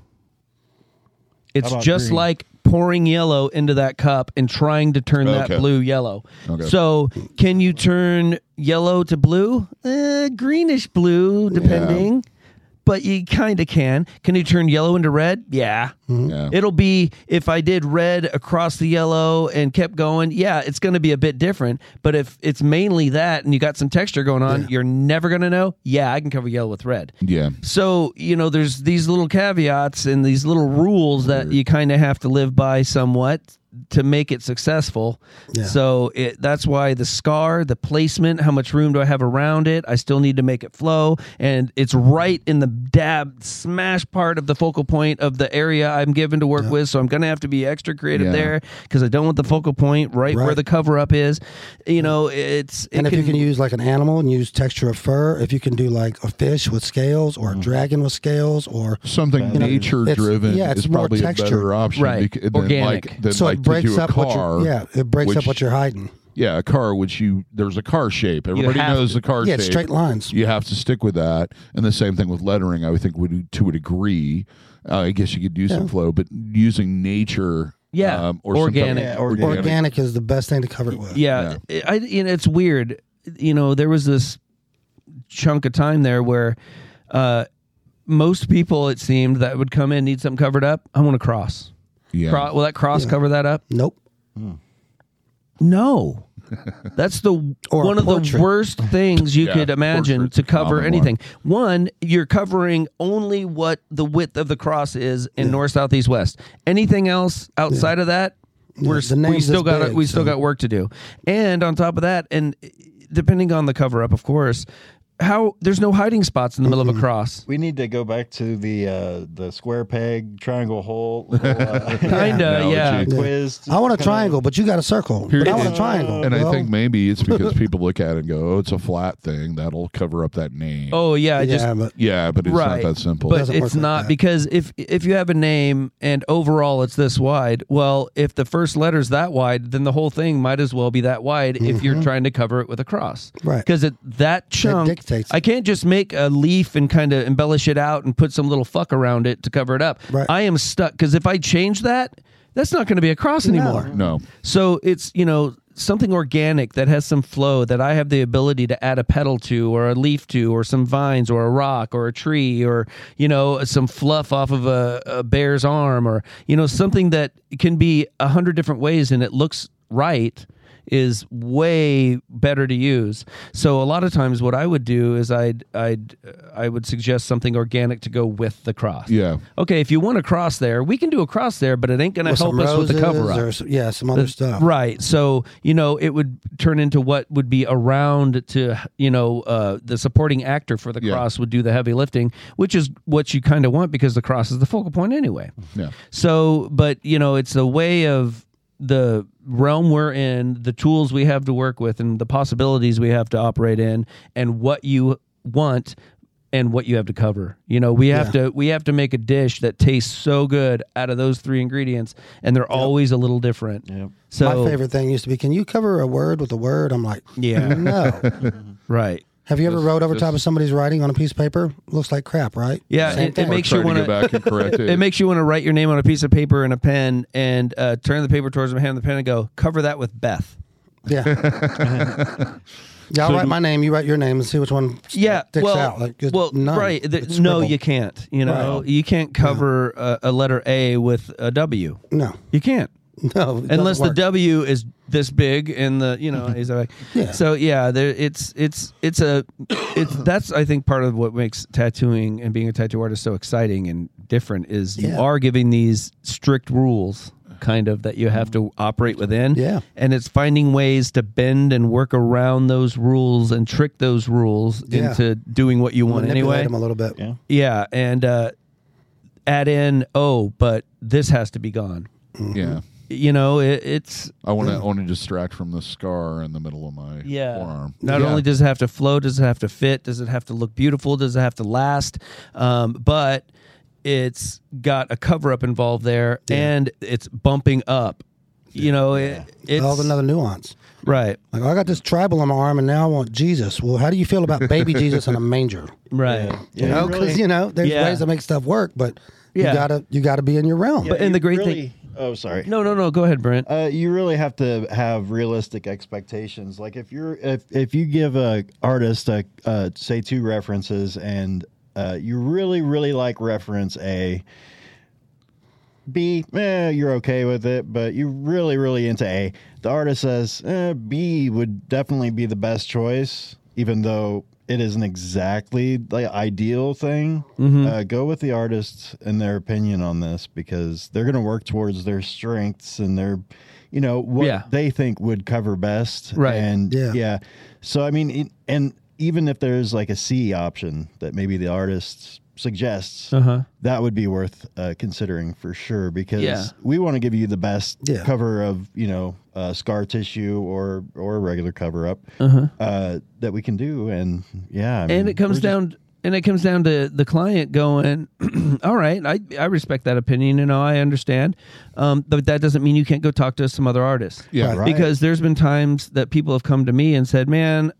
B: It's
E: about
B: just
E: green?
B: like pouring yellow into that cup and trying to turn
A: Okay.
B: that blue yellow.
A: Okay.
B: So, can you turn yellow to blue? Uh, greenish blue, depending. But you kind of can. Can you turn yellow into red? Yeah.
A: Yeah.
B: It'll be if I did red across the yellow and kept going, yeah, it's going to be a bit different. But if it's mainly that and you got some texture going on, you're never going to know. Yeah, I can cover yellow with red.
A: yeah.
B: So, you know, there's these little caveats and these little rules that you kind of have to live by somewhat to make it successful. So, it, that's why the scar, the placement, how much room do I have around it? I still need to make it flow. And it's right in the dab smash part of the focal point of the area I'm given to work with. So, I'm going to have to be extra creative
A: Yeah.
B: there because I don't want the focal point right, where
C: Right.
B: the cover up is. You know, it's. it
C: And if you can use like an animal and use texture of fur, if you can do like a fish with scales or a
A: Mm.
C: dragon with scales or
A: Something nature driven
C: yeah, it's
A: is
C: more
A: probably
C: texture.
A: a better option
B: Right.
A: bec- than like
B: Organic.
A: than
C: so
A: like
C: it breaks
A: to do a
C: up
A: car.
C: what you're yeah, it breaks up
A: which-
C: what you're hiding.
A: Yeah, a car which you there's a car shape. Everybody
B: have
A: knows
B: to-
A: the car
C: Yeah,
A: shape.
C: it's straight lines.
A: You have to stick with that, and the same thing with lettering. I would think would to a degree. Uh, I guess you could use some flow, but using nature, um,
B: Yeah.
A: or some type of-
B: Organic.
E: Yeah, organic.
C: Organic is the best thing to cover it with.
B: yeah, I, you know, it's weird you know, there was this chunk of time there where uh, most people, it seemed, that would come in, need something covered up. I want to cross.
A: Yeah.
B: Cro- will that cross cover that up?
C: Nope.
B: No. That's the
C: Or a
B: one of the
C: portrait.
B: worst things you
A: Yeah,
B: could imagine
A: portrait's
B: to
A: a
B: cover
A: common
B: anything. One, you're covering only what the width of the cross is in north, south, east, west. Anything else outside of that, we're
C: the
B: we
C: name's
B: still
C: is
B: got
C: big,
B: we still
C: so-
B: got work to do. And on top of that, and depending on the cover up, of course, how there's no hiding spots in the
C: Mm-hmm.
B: middle of a cross.
E: We need to go back to the uh, the square peg, triangle hole, little, uh,
B: Kinda, yeah.
E: analogy quiz.
C: I want a triangle, but you got a circle. But I want a
B: Oh,
C: triangle.
A: And I
C: Well,
A: think maybe it's because people look at it and go, "Oh, it's a flat thing that'll cover up that name."
B: Oh yeah, I
C: yeah,
B: just
C: but
A: yeah, but it's
B: Right.
A: not that simple.
B: but
C: Doesn't
B: it's
C: work like
B: not
C: that.
B: because if if you have a name and overall it's this wide, well, if the first letter's that wide, then the whole thing might as well be that wide if you're trying to cover it with a cross,
C: Mm-hmm. Right.
B: Because that chunk,
C: dictates
B: I can't just make a leaf and kind of embellish it out and put some little fuck around it to cover it up.
C: Right.
B: I am stuck because if I change that, that's not going to be a cross anymore.
A: no,
B: So it's, you know, something organic that has some flow that I have the ability to add a petal to or a leaf to or some vines or a rock or a tree or, you know, some fluff off of a, a bear's arm or, you know, something that can be a hundred different ways and it looks right is way better to use. So a lot of times what I would do is I'd I'd uh, I would suggest something organic to go with the cross.
A: yeah,
B: Okay, if you want a cross there, we can do a cross there, but it ain't going to
C: with
B: help
C: some
B: us with the cover
C: roses
B: up.
C: or s- yeah, some other stuff.
B: Right. So, you know, it would turn into what would be around to, you know, uh, the supporting actor for the
A: Yeah.
B: cross would do the heavy lifting, which is what you kind of want because the cross is the focal point anyway.
A: yeah.
B: So, but, you know, it's a way of the realm we're in, the tools we have to work with, and the possibilities we have to operate in, and what you want and what you have to cover. You know, we have to we have to make a dish that tastes so good out of those three ingredients and they're always a little different.
E: Yep.
B: So
C: My favorite thing used to be, can you cover a word with a word? I'm like,
B: Yeah.
C: no.
B: Right.
C: Have you ever wrote over
A: this-
C: top of somebody's writing on a piece of paper? Looks like crap, right?
B: Yeah,
C: Same
B: it,
C: thing.
B: it makes
A: Try
B: you
A: to
B: want
A: go back and correct it.
B: It makes you want to write your name on a piece of paper and a pen, and uh, turn the paper towards them, hand the pen, and go cover that with Beth.
C: Yeah. yeah, I'll write my name, you write your name, and see which one s-
B: Yeah,
C: sticks
B: well,
C: out. Like, just
B: well,
C: none.
B: right? The-
C: It's
B: no,
C: scribbled.
B: you can't. You know,
C: Right.
B: you can't cover a, a letter A with a W.
C: No,
B: You can't
C: no. it doesn't
B: unless the
C: work. Mm-hmm.
B: W is this big and the you know is like
C: Yeah.
B: so yeah there it's it's it's a it's that's I think part of what makes tattooing and being a tattoo artist so exciting and different is you
C: Yeah.
B: are giving these strict rules kind of that you have to operate within
C: Yeah.
B: and it's finding ways to bend and work around those rules and trick those rules
C: Yeah.
B: into doing what you want
C: manipulate
B: anyway
C: them a little bit. Yeah.
B: yeah and uh add in oh but this has to be gone
A: yeah.
B: you know it, it's
A: I want to I want to distract from the scar in the middle of my
B: yeah.
A: forearm.
B: Not
A: Yeah.
B: only does it have to flow, does it have to fit, does it have to look beautiful, does it have to last, um, but it's got a cover up involved there, and it's bumping up. You know, it, it's
C: All another nuance.
B: right,
C: Like I got this tribal on my arm, and now I want Jesus. Well, how do you feel about baby Jesus in a manger?
B: right.
C: You know, because you know there's
B: Yeah.
C: ways to make stuff work, but
B: Yeah.
C: you gotta you gotta be in your realm.
B: But- and the great thing-
E: thing. Oh, sorry.
B: No, no, no. Go ahead, Brent.
E: Uh, you really have to have realistic expectations. Like if you're if if you give a artist a uh, say two references and uh, you really really like reference A, B, eh, you're okay with it, but you're really really into A. The artist says eh, B would definitely be the best choice, even though it isn't exactly the ideal thing.
B: Mm-hmm.
E: Uh, go with the artists and their opinion on this because they're going to work towards their strengths and their, you know, what
B: Yeah.
E: they think would cover best.
B: Right.
E: And
C: Yeah.
E: yeah. So, I mean, it- and even if there's like a C option that maybe the artist suggests,
B: Uh huh.
E: that would be worth uh, considering for sure because
B: Yeah.
E: we want to give you the best
C: Yeah.
E: cover of you know uh, scar tissue or or a regular cover up uh, that we can do and yeah I mean,
B: Uh-huh. and it comes
E: we're just-
B: down and it comes down to the client going all right I, I respect that opinion and i understand um, but that doesn't mean you can't go talk to some other artists
A: Yeah.
E: Right.
B: because there's been times that people have come to me and said man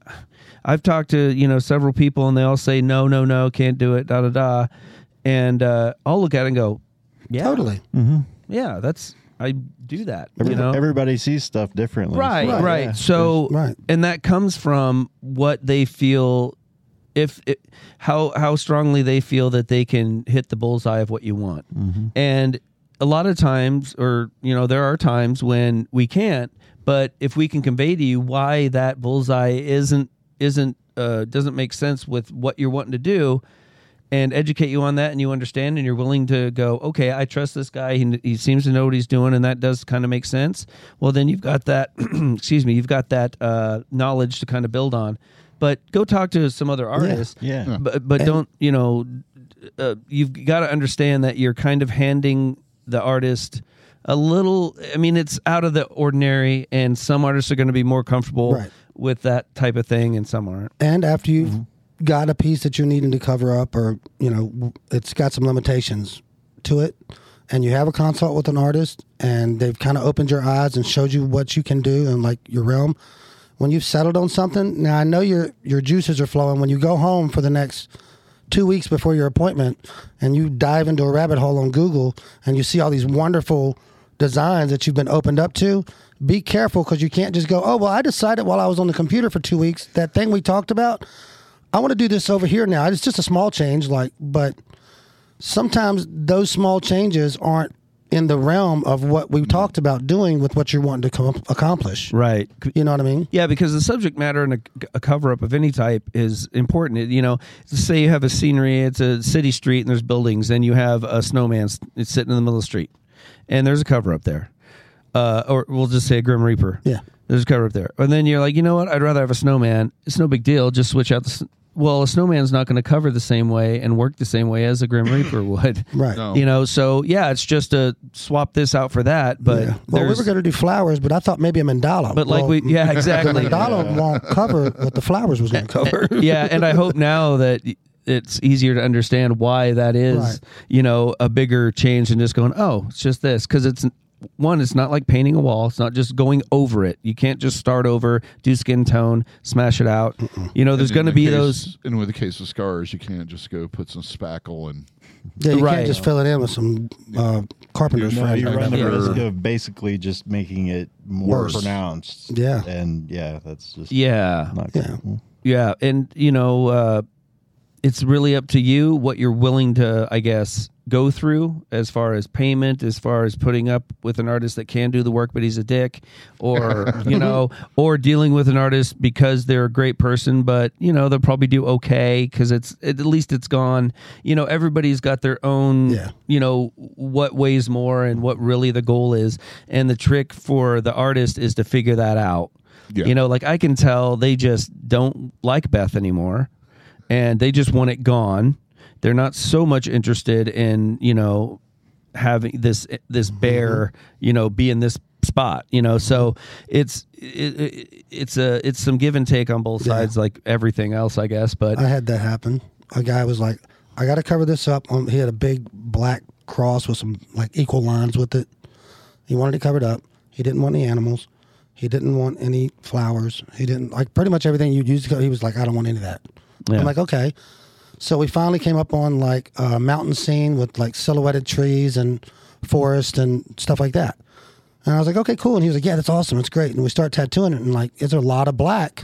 B: i've talked to you know several people and they all say no no no can't do it da da da and uh, i'll look at it and go yeah
C: Totally.
B: yeah that's i do that
E: every-
B: you know
E: everybody sees stuff differently
B: Right, right.
E: Yeah.
B: So,
C: Right.
B: and that comes from what they feel if it, how how strongly they feel that they can hit the bullseye of what you want. And a lot of times or you know there are times when we can't, but if we can convey to you why that bullseye isn't isn't uh, doesn't make sense with what you're wanting to do and educate you on that and you understand and you're willing to go okay i trust this guy he, he seems to know what he's doing and that does kind of make sense well then you've got that excuse me you've got that uh, knowledge to kind of build on but go talk to some other artists
E: Yeah. Yeah.
B: but, but don't you know uh, you've got to understand that you're kind of handing the artist a little i mean it's out of the ordinary and some artists are going to be more comfortable
C: Right.
B: with that type of thing and some aren't
C: and after you've got a piece that you're needing to cover up or you know w- it's got some limitations to it and you have a consult with an artist and they've kind of opened your eyes and showed you what you can do and like your realm when you've settled on something now i know your your juices are flowing when you go home for the next two weeks before your appointment and you dive into a rabbit hole on google and you see all these wonderful designs that you've been opened up to be careful because you can't just go oh well i decided while i was on the computer for two weeks that thing we talked about i want to do this over here now it's just a small change like but sometimes those small changes aren't in the realm of what we talked about doing with what you're wanting to com- accomplish
B: right
C: you know what i mean
B: Yeah, because the subject matter in a, a cover up of any type is important. It, you know, say you have a scenery, it's a city street and there's buildings, and you have a snowman s- it's sitting in the middle of the street, and there's a cover up there. Uh, or we'll just say a Grim Reaper.
C: Yeah.
B: There's a cover up there. And then you're like, you know what? I'd rather have a snowman. It's no big deal. Just switch out the. s- Well, a snowman's not going to cover the same way and work the same way as a Grim Reaper would.
C: right
A: No.
B: You know, so yeah, it's just a swap this out for that. But
C: Yeah. Well, we
B: there's-
C: were going to do flowers, but I thought maybe a mandala.
B: but like
C: Well,
B: we, yeah,
C: the
B: exactly.
C: mandala won't cover what the flowers was going to cover.
B: yeah, and I hope now that y- it's easier to understand why that is,
C: Right.
B: you know, a bigger change than just going, oh, it's just this. Because it's one, it's not like painting a wall, it's not just going over it. You can't just start over, do skin tone, smash it out. You know, there's
A: In
B: going to
A: the
B: be
A: case-
B: those.
A: And with the case of scars, you can't just go put some spackle and
C: Yeah, you
B: Right.
C: can't just fill it in with some uh, carpenter's
E: No,
C: friend.
E: you run the
A: Yeah.
E: risk of basically just making it more
A: Worse.
E: pronounced.
C: Yeah.
E: And yeah, that's just
B: Yeah.
E: not
C: Yeah.
E: cool.
B: Yeah, and you know, uh, it's really up to you what you're willing to, I guess, go through as far as payment, as far as putting up with an artist that can do the work but he's a dick, or you know, or dealing with an artist because they're a great person but you know they'll probably do okay because it's at least it's gone. You know, everybody's got their own
C: Yeah.
B: you know what weighs more and what really the goal is and the trick for the artist is to figure that out
A: Yeah.
B: you know like i can tell they just don't like beth anymore and they just want it gone they're not so much interested in you know having this this bear you know be in this spot you know so it's it, it, it's a it's some give and take on both sides like everything else i guess but
C: I had that happen. A guy was like, "I got to cover this up." Um, he had a big black cross with some like equal lines with it. He wanted it covered up. He didn't want any animals. He didn't want any flowers. He didn't like pretty much everything you'd use. to cover- He was like, "I don't want any of that."
B: Yeah.
C: I'm like, "Okay." So we finally came up on like a mountain scene with like silhouetted trees and forest and stuff like that. And I was like, "Okay, cool." And he was like, "Yeah, that's awesome. It's great." And we start tattooing it, and like, it's a lot of black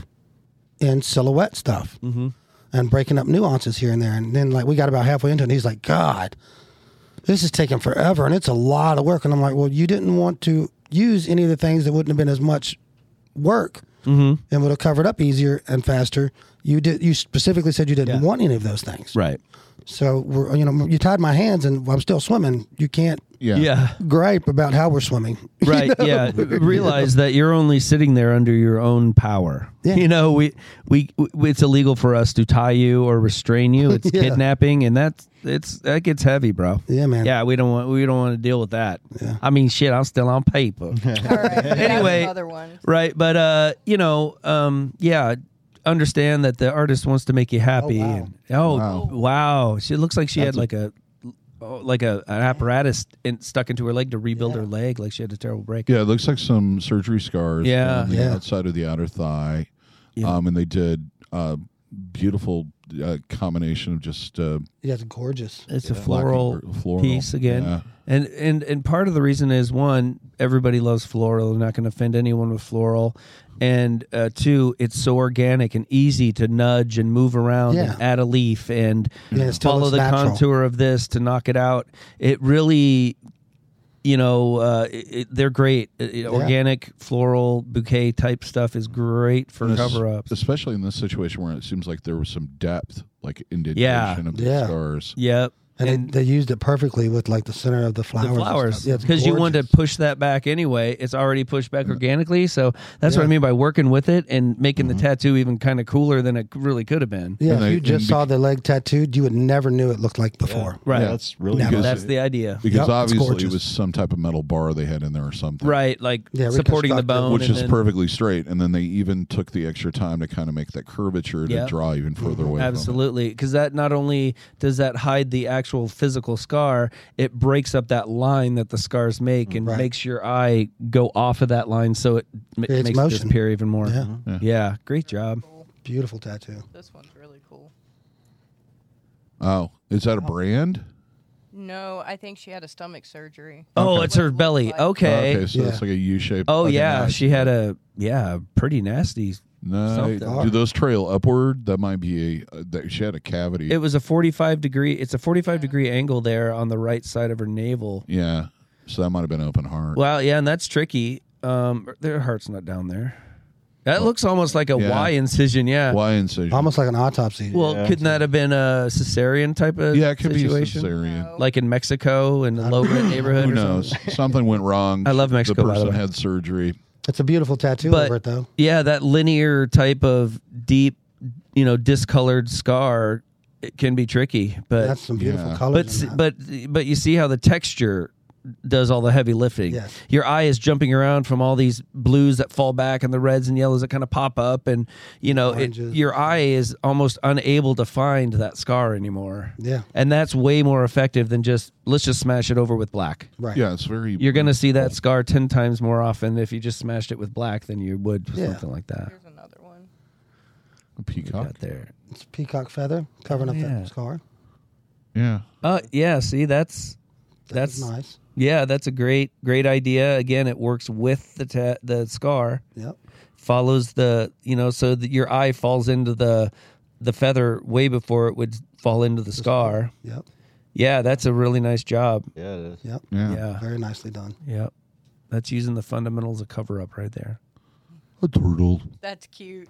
C: in silhouette stuff
B: Mm-hmm.
C: and breaking up nuances here and there. And then like we got about halfway into it, and he's like, God, this is taking forever and it's a lot of work. And I'm like, Well, you didn't want to use any of the things that wouldn't have been as much work
B: Mm-hmm.
C: and would have covered up easier and faster. You did you specifically said you didn't want any of those things.
B: right
C: So we're you know, you tied my hands and I'm still swimming. You can't
A: yeah,
B: yeah.
C: gripe about how we're swimming.
B: right yeah realize that you're only sitting there under your own power
C: Yeah.
B: you know we, we we- it's illegal for us to tie you or restrain you it's
C: Yeah.
B: kidnapping and that's it's that gets heavy bro
C: Yeah, man.
B: yeah we don't want we don't want to deal with that
C: Yeah.
B: i mean shit i'm still on paper
D: All right. we got
B: Anyway.
D: another one.
B: right but uh you know um yeah understand that the artist wants to make you happy
C: wow.
B: and- oh wow,
A: Wow.
B: she looks like she had like a oh, like a an apparatus in, stuck into her leg to rebuild her leg like she had a terrible break
A: Yeah, it looks like some surgery scars
B: Yeah.
A: on the
C: Yeah.
A: outside of the outer thigh.
B: Yeah.
A: Um, and they did uh, beautiful uh, combination of just uh,
C: Yeah, it's gorgeous.
B: It's a
A: black and
B: floral,
A: gr- floral.
B: piece again.
A: Yeah.
B: And and and part of the reason is one, everybody loves floral. They're not going to offend anyone with floral. And uh, two, it's so organic and easy to nudge and move around
C: Yeah.
B: and add a leaf and
C: Yeah, it still
B: follow
C: looks
B: the
C: natural.
B: contour of this to knock it out. It really, you know, uh, it, it- they're great. It- it- Organic floral bouquet type stuff is great for
A: Yes.
B: cover ups.
A: especially in this situation where it seems like there was some depth, like indentation
B: Yeah.
A: of the
C: Yeah.
A: stars.
B: Yep.
C: And, it- they used it perfectly with like the center of the flowers.
B: the
C: and
B: flowers
C: stuff. Yeah, it's
B: because you want to
C: gorgeous.
B: push that back anyway. It's already pushed back organically, so that's what I mean by working with it and making the tattoo even kind of cooler than it really could have been.
C: Mm-hmm. Yeah,
A: And
C: if
A: they-
C: you
A: and
C: just saw the leg tattooed, you would never knew it looked like before.
B: Right.
A: Yeah.
E: That's really
C: Never.
E: good.
B: That's the idea.
A: Because
C: Yep, it's
A: obviously it
C: gorgeous.
A: was some type of metal bar they had in there or something.
B: Right, like
C: Yeah,
B: supporting the
C: reconstructed.
B: bone,
A: Which
B: and
A: is
B: then-
A: perfectly straight. And then they even took the extra time to kind of make that curvature to
B: Yep.
A: draw even further away. From it.
B: Absolutely, because that not only does that hide the actual physical scar, it breaks up that line that the scars make and
C: Right.
B: makes your eye go off of that line, so it m-
C: Creates
B: makes it
C: motion.
B: disappear even more.
C: Yeah.
A: Yeah.
B: yeah, great job.
C: Beautiful tattoo.
D: This one's really cool.
A: Oh, is that a brand?
D: No, I think she had a stomach surgery.
B: Oh, it's her
D: What it
B: belly.
D: looked like.
B: Okay.
A: Oh, okay, so
C: Yeah.
A: it's like a U shape.
B: Oh yeah, she had a yeah pretty nasty.
A: No,
B: something.
A: do those trail upward? That might be a. Uh, that, she had a cavity.
B: It was a forty five degree. It's a forty five degree angle there on the right side of her navel.
A: yeah, so that might have been open heart.
B: Wow, yeah, and that's tricky. Um, their heart's not down there. That looks almost like a Y
A: Yeah.
B: incision. Yeah.
A: Why incision?
C: Almost like an autopsy.
B: Well,
E: Yeah.
B: couldn't that have been a cesarean type of
A: yeah, it could
B: situation?
A: be a cesarean.
D: No.
B: Like in Mexico in a low rent neighborhood.
A: Who
B: or something?
A: knows? Something went wrong.
B: I love Mexico,
A: The
B: by the
A: person
B: way.
A: had surgery.
C: it's a beautiful tattoo
B: But-
C: over it though.
B: Yeah, that linear type of deep, you know, discolored scar it can be tricky. But
C: That's some beautiful
A: Yeah.
C: colors.
B: but
C: in
B: s-
C: that.
B: but but you see how the texture does all the heavy lifting.
C: Yes.
B: Your eye is jumping around from all these blues that fall back and the reds and yellows that kind of pop up and you know it,
C: Oranges.
B: your eye is almost unable to find that scar anymore.
C: Yeah.
B: And that's way more effective than just let's just smash it over with black.
C: right.
A: Yeah, it's very.
B: You're going to see that scar 10 times more often if you just smashed it with black than you would with
C: Yeah.
B: something like that.
D: Here's another one.
A: peacock.
B: Got there.
C: It's peacock feather covering up
B: Yeah.
C: that scar.
A: Yeah,
B: Oh, yeah, see that's
C: That's
B: that's
C: nice.
B: Yeah, that's a great great idea. Again, it works with the ta- the scar,
C: Yep.
B: follows the you know, so that your eye falls into the the feather way before it would fall into the scar.
C: Yep.
B: Yeah, that's a really nice job.
E: Yeah, it is.
C: Yep.
A: yeah.
B: Yeah,
C: Very nicely done.
B: yeah, that's using the fundamentals of cover up right there.
A: A turtle.
D: That's cute.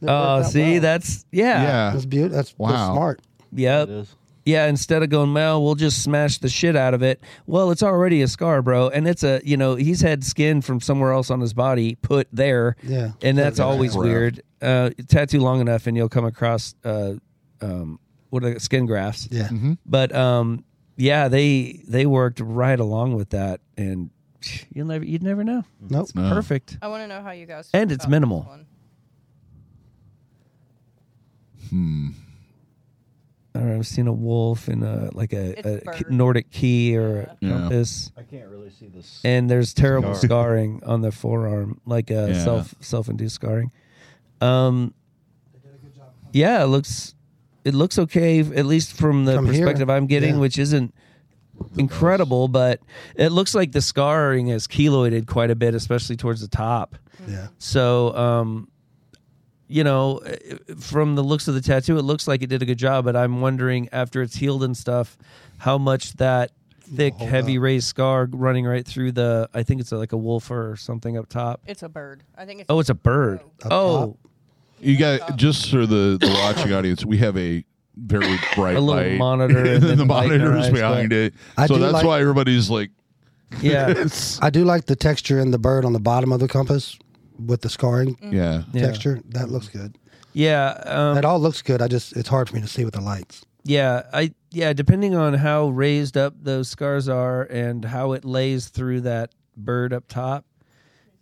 C: It
B: Oh,
C: worked out
B: see,
C: well.
B: that's yeah,
A: Yeah.
C: that's beautiful. That's, that's
A: Wow.
C: smart.
B: yeah,
E: It is.
B: yeah. Instead of going, well, we'll just smash the shit out of it. Well, it's already a scar, bro, and it's a you know he's had skin from somewhere else on his body put there.
C: Yeah.
B: and that's
C: Yeah.
B: always
A: Graft.
B: weird. Uh, tattoo long enough, and you'll come across uh, um, what are they, skin grafts.
C: Yeah.
A: Mm-hmm.
B: But um, yeah, they they worked right along with that, and you'll never you'd never know.
C: Nope.
A: No.
B: Perfect.
D: I want to know how you guys.
B: And
D: feel
B: it's
D: about this
B: minimal.
D: one.
A: Hmm.
B: I don't know, I've seen a wolf and a like a,
D: It's
B: a
D: bird.
B: Nordic key or a
A: Yeah.
B: compass,
E: I can't really see this.
B: and there's terrible
E: Scar.
B: scarring on the forearm, like a
A: Yeah.
B: self self induced scarring. Um, yeah, it looks it looks okay, at least from the
C: From here,
B: perspective I'm getting,
C: yeah.
B: which isn't incredible, but it looks like the scarring is keloided quite a bit, especially towards the top.
C: Yeah.
B: So, um, you know, eh, from the looks of the tattoo, it looks like it did a good job, but I'm wondering after it's healed and stuff, how much that thick,
C: Hold
B: heavy
C: up.
B: raised scar running right through the, I think it's like a wolf or something up top.
D: It's a bird. I think it's.
B: Oh, it's a bird.
C: Up
B: oh,
A: You got just for the, the watching audience, we have a very bright
B: A little
A: light.
B: monitor and
A: and then
B: then
A: the
B: light in our
A: monitor is
B: eyes,
A: behind
B: but-
A: it.
C: I
A: so
C: do
A: that's
C: like-
A: why everybody's like,
B: yeah.
C: I do like the texture in the bird on the bottom of the compass with the scarring
B: Mm.
A: yeah,
B: Yeah.
C: texture. That looks good.
B: Yeah. Um,
C: It all looks good. I just it's hard for me to see with the lights.
B: Yeah, I yeah, depending on how raised up those scars are and how it lays through that bird up top.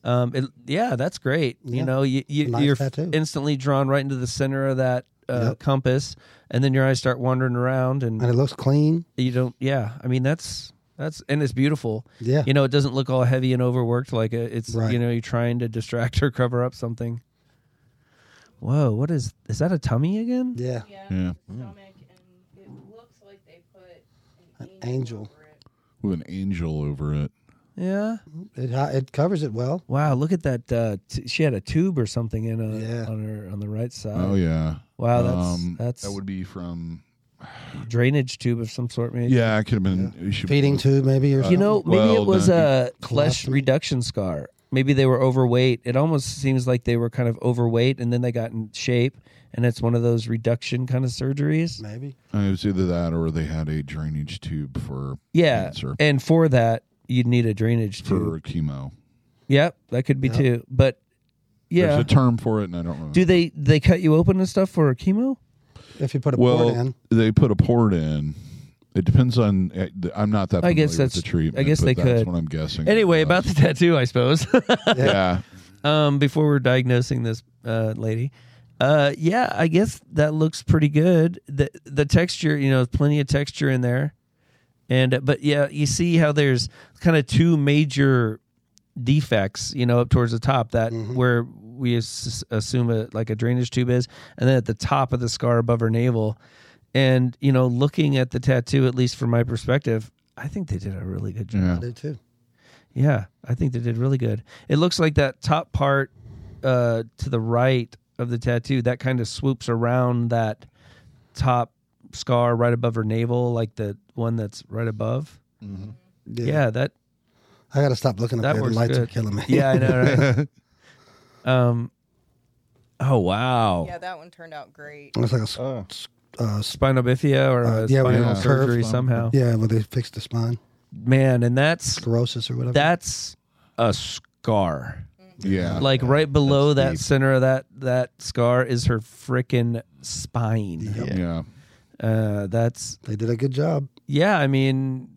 B: Um, it, yeah, that's great. You
C: Yeah.
B: know, you, you
C: Nice
B: you're
C: tattoo.
B: instantly drawn right into the center of that uh,
C: Yep.
B: compass, and then your eyes start wandering around, and
C: And it looks clean.
B: you don't. Yeah, I mean that's that's and it's beautiful.
C: Yeah.
B: You know, it doesn't look all heavy and overworked like a, it's
C: Right.
B: you know you're trying to distract or cover up something. whoa, what is is that a tummy again?
C: Yeah.
D: Yeah.
B: Mm.
A: Yeah.
D: Stomach, and it looks like they put an,
C: An angel.
D: over it.
A: with an angel over it.
B: Yeah.
C: It hi- it covers it well.
B: Wow, look at that. Uh, t- she had a tube or something in a,
C: Yeah.
B: on her on the right side.
A: Oh yeah. Um,
B: Wow, Uh, that's that's
A: that would be from.
B: drainage tube of some sort, maybe.
A: Yeah, it could have been we should-
C: Feeding tube maybe or
B: You
C: something.
B: know, maybe
A: Well
B: it was a flesh
C: Colostomy?
B: reduction scar. Maybe they were overweight. It almost seems like they were kind of overweight and then they got in shape and it's one of those reduction kind of surgeries.
C: maybe.
A: uh, It was either that or they had a drainage tube for
B: Yeah.
A: cancer
B: And for that, you'd need a drainage tube.
A: for chemo.
B: Yep, that could be
C: Yeah.
B: too. But yeah.
A: There's a term for it, and I don't remember.
B: Do they they cut you open and stuff for chemo?
C: If you put a
A: well,
C: board in.
A: they put a port in. It depends on. uh, th- I'm not that.
B: I guess
A: familiar
B: that's-
A: with the treatment.
B: I guess
A: but
B: they
A: that's
B: could.
A: What I'm guessing.
B: Anyway, about the tattoo, I suppose.
A: yeah.
B: um, before we're diagnosing this uh, lady. Uh, yeah, I guess that looks pretty good. the The texture, you know, plenty of texture in there, and uh, but yeah, you see how there's kind of two major defects, you know, up towards the top that where we as- assume a, like a drainage tube is, and then at the top of the scar above her navel, and you know, looking at the tattoo, at least from my perspective, I think they did a really good job.
A: Yeah.
C: I do too.
B: Yeah, I think they did really good. It looks like that top part uh, to the right of the tattoo that kind of swoops around that top scar right above her navel, like the one that's right above.
C: Yeah.
B: Yeah, that
C: I gotta stop looking
B: That
C: up there. The
B: works
C: lights are
B: good.
C: killing me.
B: yeah, I know. Right? um, oh wow,
D: Yeah, that one turned out great.
C: It's like a s-
E: Oh.
C: s- uh, s-
B: spinal bifida or
C: Uh,
B: a
C: yeah, we
B: spinal
A: have a curve.
B: surgery somehow.
C: yeah, where they fixed the spine.
B: Man, and that's
C: Sclerosis or whatever.
B: that's a scar.
A: Yeah.
B: like right below that
E: deep.
B: center of that that scar is her frickin' spine.
C: Yep.
A: yeah.
B: Uh, that's
C: They did a good job.
B: yeah. I mean,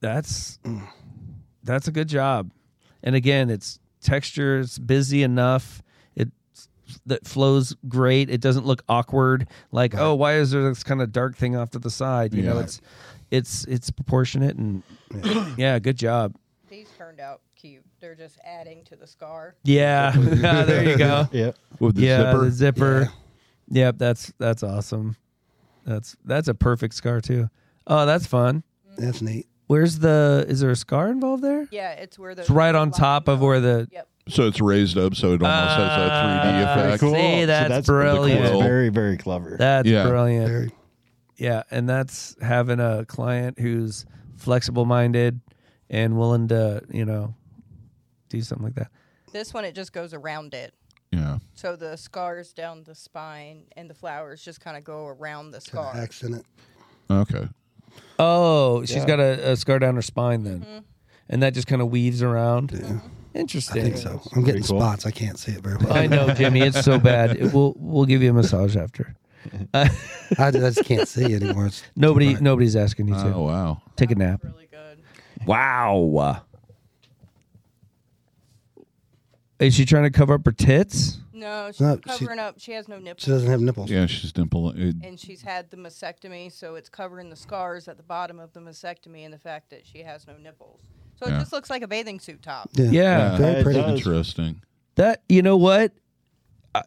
B: that's that's a good job. And again, it's texture. It's busy enough. It that flows great. It doesn't look awkward. Like oh, why is there this kind of dark thing off to the side? You know,
A: Yeah.
B: it's it's it's proportionate and yeah, good job.
D: These turned out cute. They're just adding to the scar.
B: Yeah, there you go.
E: Yeah.
A: With the
B: yeah,
A: zipper.
B: the zipper. Yep, that's that's awesome. That's that's a perfect scar too. Oh, that's fun.
C: That's neat.
B: Where's the? Is there a scar involved there?
D: Yeah, it's where the
B: It's right on top of where the.
D: Yep.
A: so it's raised up, so it almost has
B: Ah,
A: that 3D effect.
B: cool. See,
E: So
B: that's
E: the
B: brilliant.
E: That's
A: Cool.
E: very, very clever.
B: That's
A: Yeah.
B: brilliant.
C: Very.
B: Yeah, and that's having a client who's flexible minded and willing to, you know, do something like that.
D: This one, it just goes around it.
A: Yeah.
D: So the scars down the spine and the flowers just kind of go around the
C: Got an
D: scar.
C: accident.
A: Okay.
B: Oh, she's got a, a scar down her spine then, and that just kind of weaves around. Interesting.
C: I think so. I'm getting
E: Pretty cool.
C: spots. I can't see it very well.
B: I know, Jimmy. It's so bad. It- we'll we'll give you a massage after.
C: I, I just can't see anymore. It's too
B: Nobody
C: bright.
B: nobody's asking you to
A: Oh wow.
B: take a nap.
D: Really good.
B: Wow. Is she trying to cover up her tits?
D: No, she's
C: No, she-
D: covering up. She has no nipples.
C: She doesn't have nipples.
A: Yeah, she's dimple. eh, It,
D: and she's had the mastectomy, so it's covering the scars at the bottom of the mastectomy and the fact that she has no nipples. So it
A: Yeah.
D: just looks like a bathing suit top.
C: Yeah.
B: Yeah.
C: Very
E: It
C: pretty.
E: does.
A: interesting.
B: That you know what? I-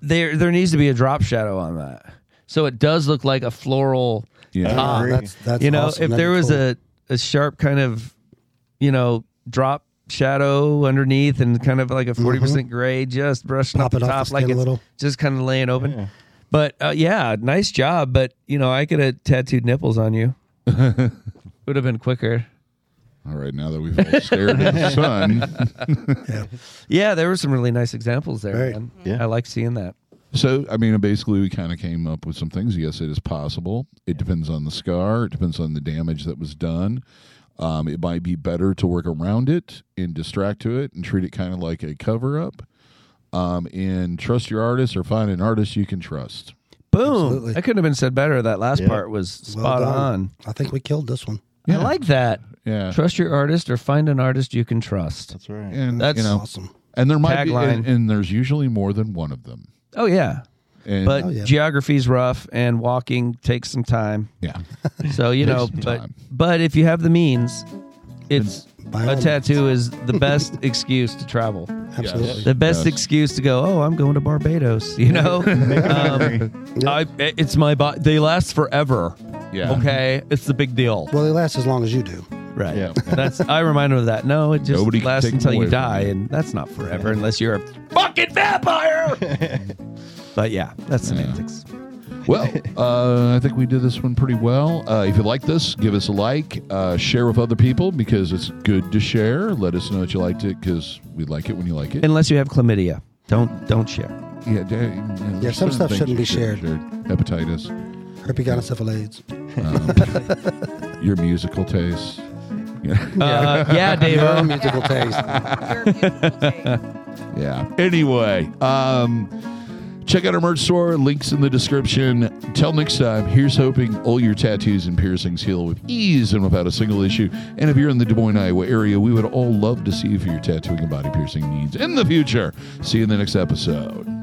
B: There there needs to be a drop shadow on that. So it does look like a floral
A: Yeah.
B: top.
E: agree.
C: Ah, That's that's
B: Ah, you know,
C: awesome.
B: if
C: That'd
B: there
C: be
B: was
C: cool.
B: a, a sharp kind of, you know, drop shadow underneath and kind of like a 40% percent gray, just brushing
C: Mm-hmm. Pop
B: up the
C: it off
B: top,
C: the
B: like
C: skin
B: it's
C: a little.
B: just kind of laying open. But uh, yeah, nice job. But, you know, I could have tattooed nipples on you. Would have been quicker.
A: All right, now that we've all stared at the sun,
B: Yeah, there were some really nice examples there.
C: Very.
B: man.
E: Yeah.
B: I like seeing that.
A: so I mean, basically, we kind of came up with some things. Yes, it is possible. It depends on the scar. It depends on the damage that was done. Um, it might be better to work around it and distract to it and treat it kind of like a cover up. Um, and trust your artist or find an artist you can trust.
B: Boom.
C: Absolutely.
B: That couldn't have been said better. That last
E: Yeah.
B: part was
C: Well
B: spot
C: done.
B: on.
C: I think we killed this one.
B: I like that.
A: Yeah,
B: Trust your artist or find an artist you can trust.
E: That's right.
A: and
B: That's-
A: you know,
C: Awesome.
A: and there might be,
B: Tagline.
A: and, and there's usually more than one of them.
B: Oh, yeah.
A: And,
B: but
C: Oh, yeah.
B: geography's rough and walking takes some time.
A: yeah,
B: So you know,
A: Takes some
B: but
A: time.
B: but if you have the means, it's
C: By all
B: a
C: means.
B: tattoo is the best excuse to travel.
C: Absolutely.
B: The best
A: Yes.
B: excuse to go. Oh, I'm going to Barbados. You know, um, I, it's my body. They last forever.
A: Yeah.
B: Okay, it's the big deal.
C: Well, they last as long as you do.
B: Right.
E: Yeah.
B: That's I remind him of that. No, it just
A: Nobody can
B: lasts
A: take them
B: until
A: away
B: you
A: from
B: die,
A: you.
B: and that's not forever unless you're a fucking vampire. but yeah, that's semantics.
A: Well, uh, I think we did this one pretty well. Uh, if you like this, give us a like, uh, share with other people because it's good to share. Let us know that you liked it because we like it when you like it.
B: Unless you have chlamydia, don't don't share.
A: yeah, da- you know, there's
C: Yeah, some
A: certain
C: stuff
A: things
C: shouldn't
A: you
C: be
A: Hepatitis,
C: Herpes gonosyphilis. AIDS.
A: your musical taste.
B: Uh, yeah, Dave.
C: Your own musical taste.
D: Your musical taste.
A: Yeah. Anyway, um, check out our merch store. Links in the description. Till next time, here's hoping all your tattoos and piercings heal with ease and without a single issue. And if you're in the Des Moines, Iowa area, we would all love to see you for your tattooing and body piercing needs in the future. See you in the next episode.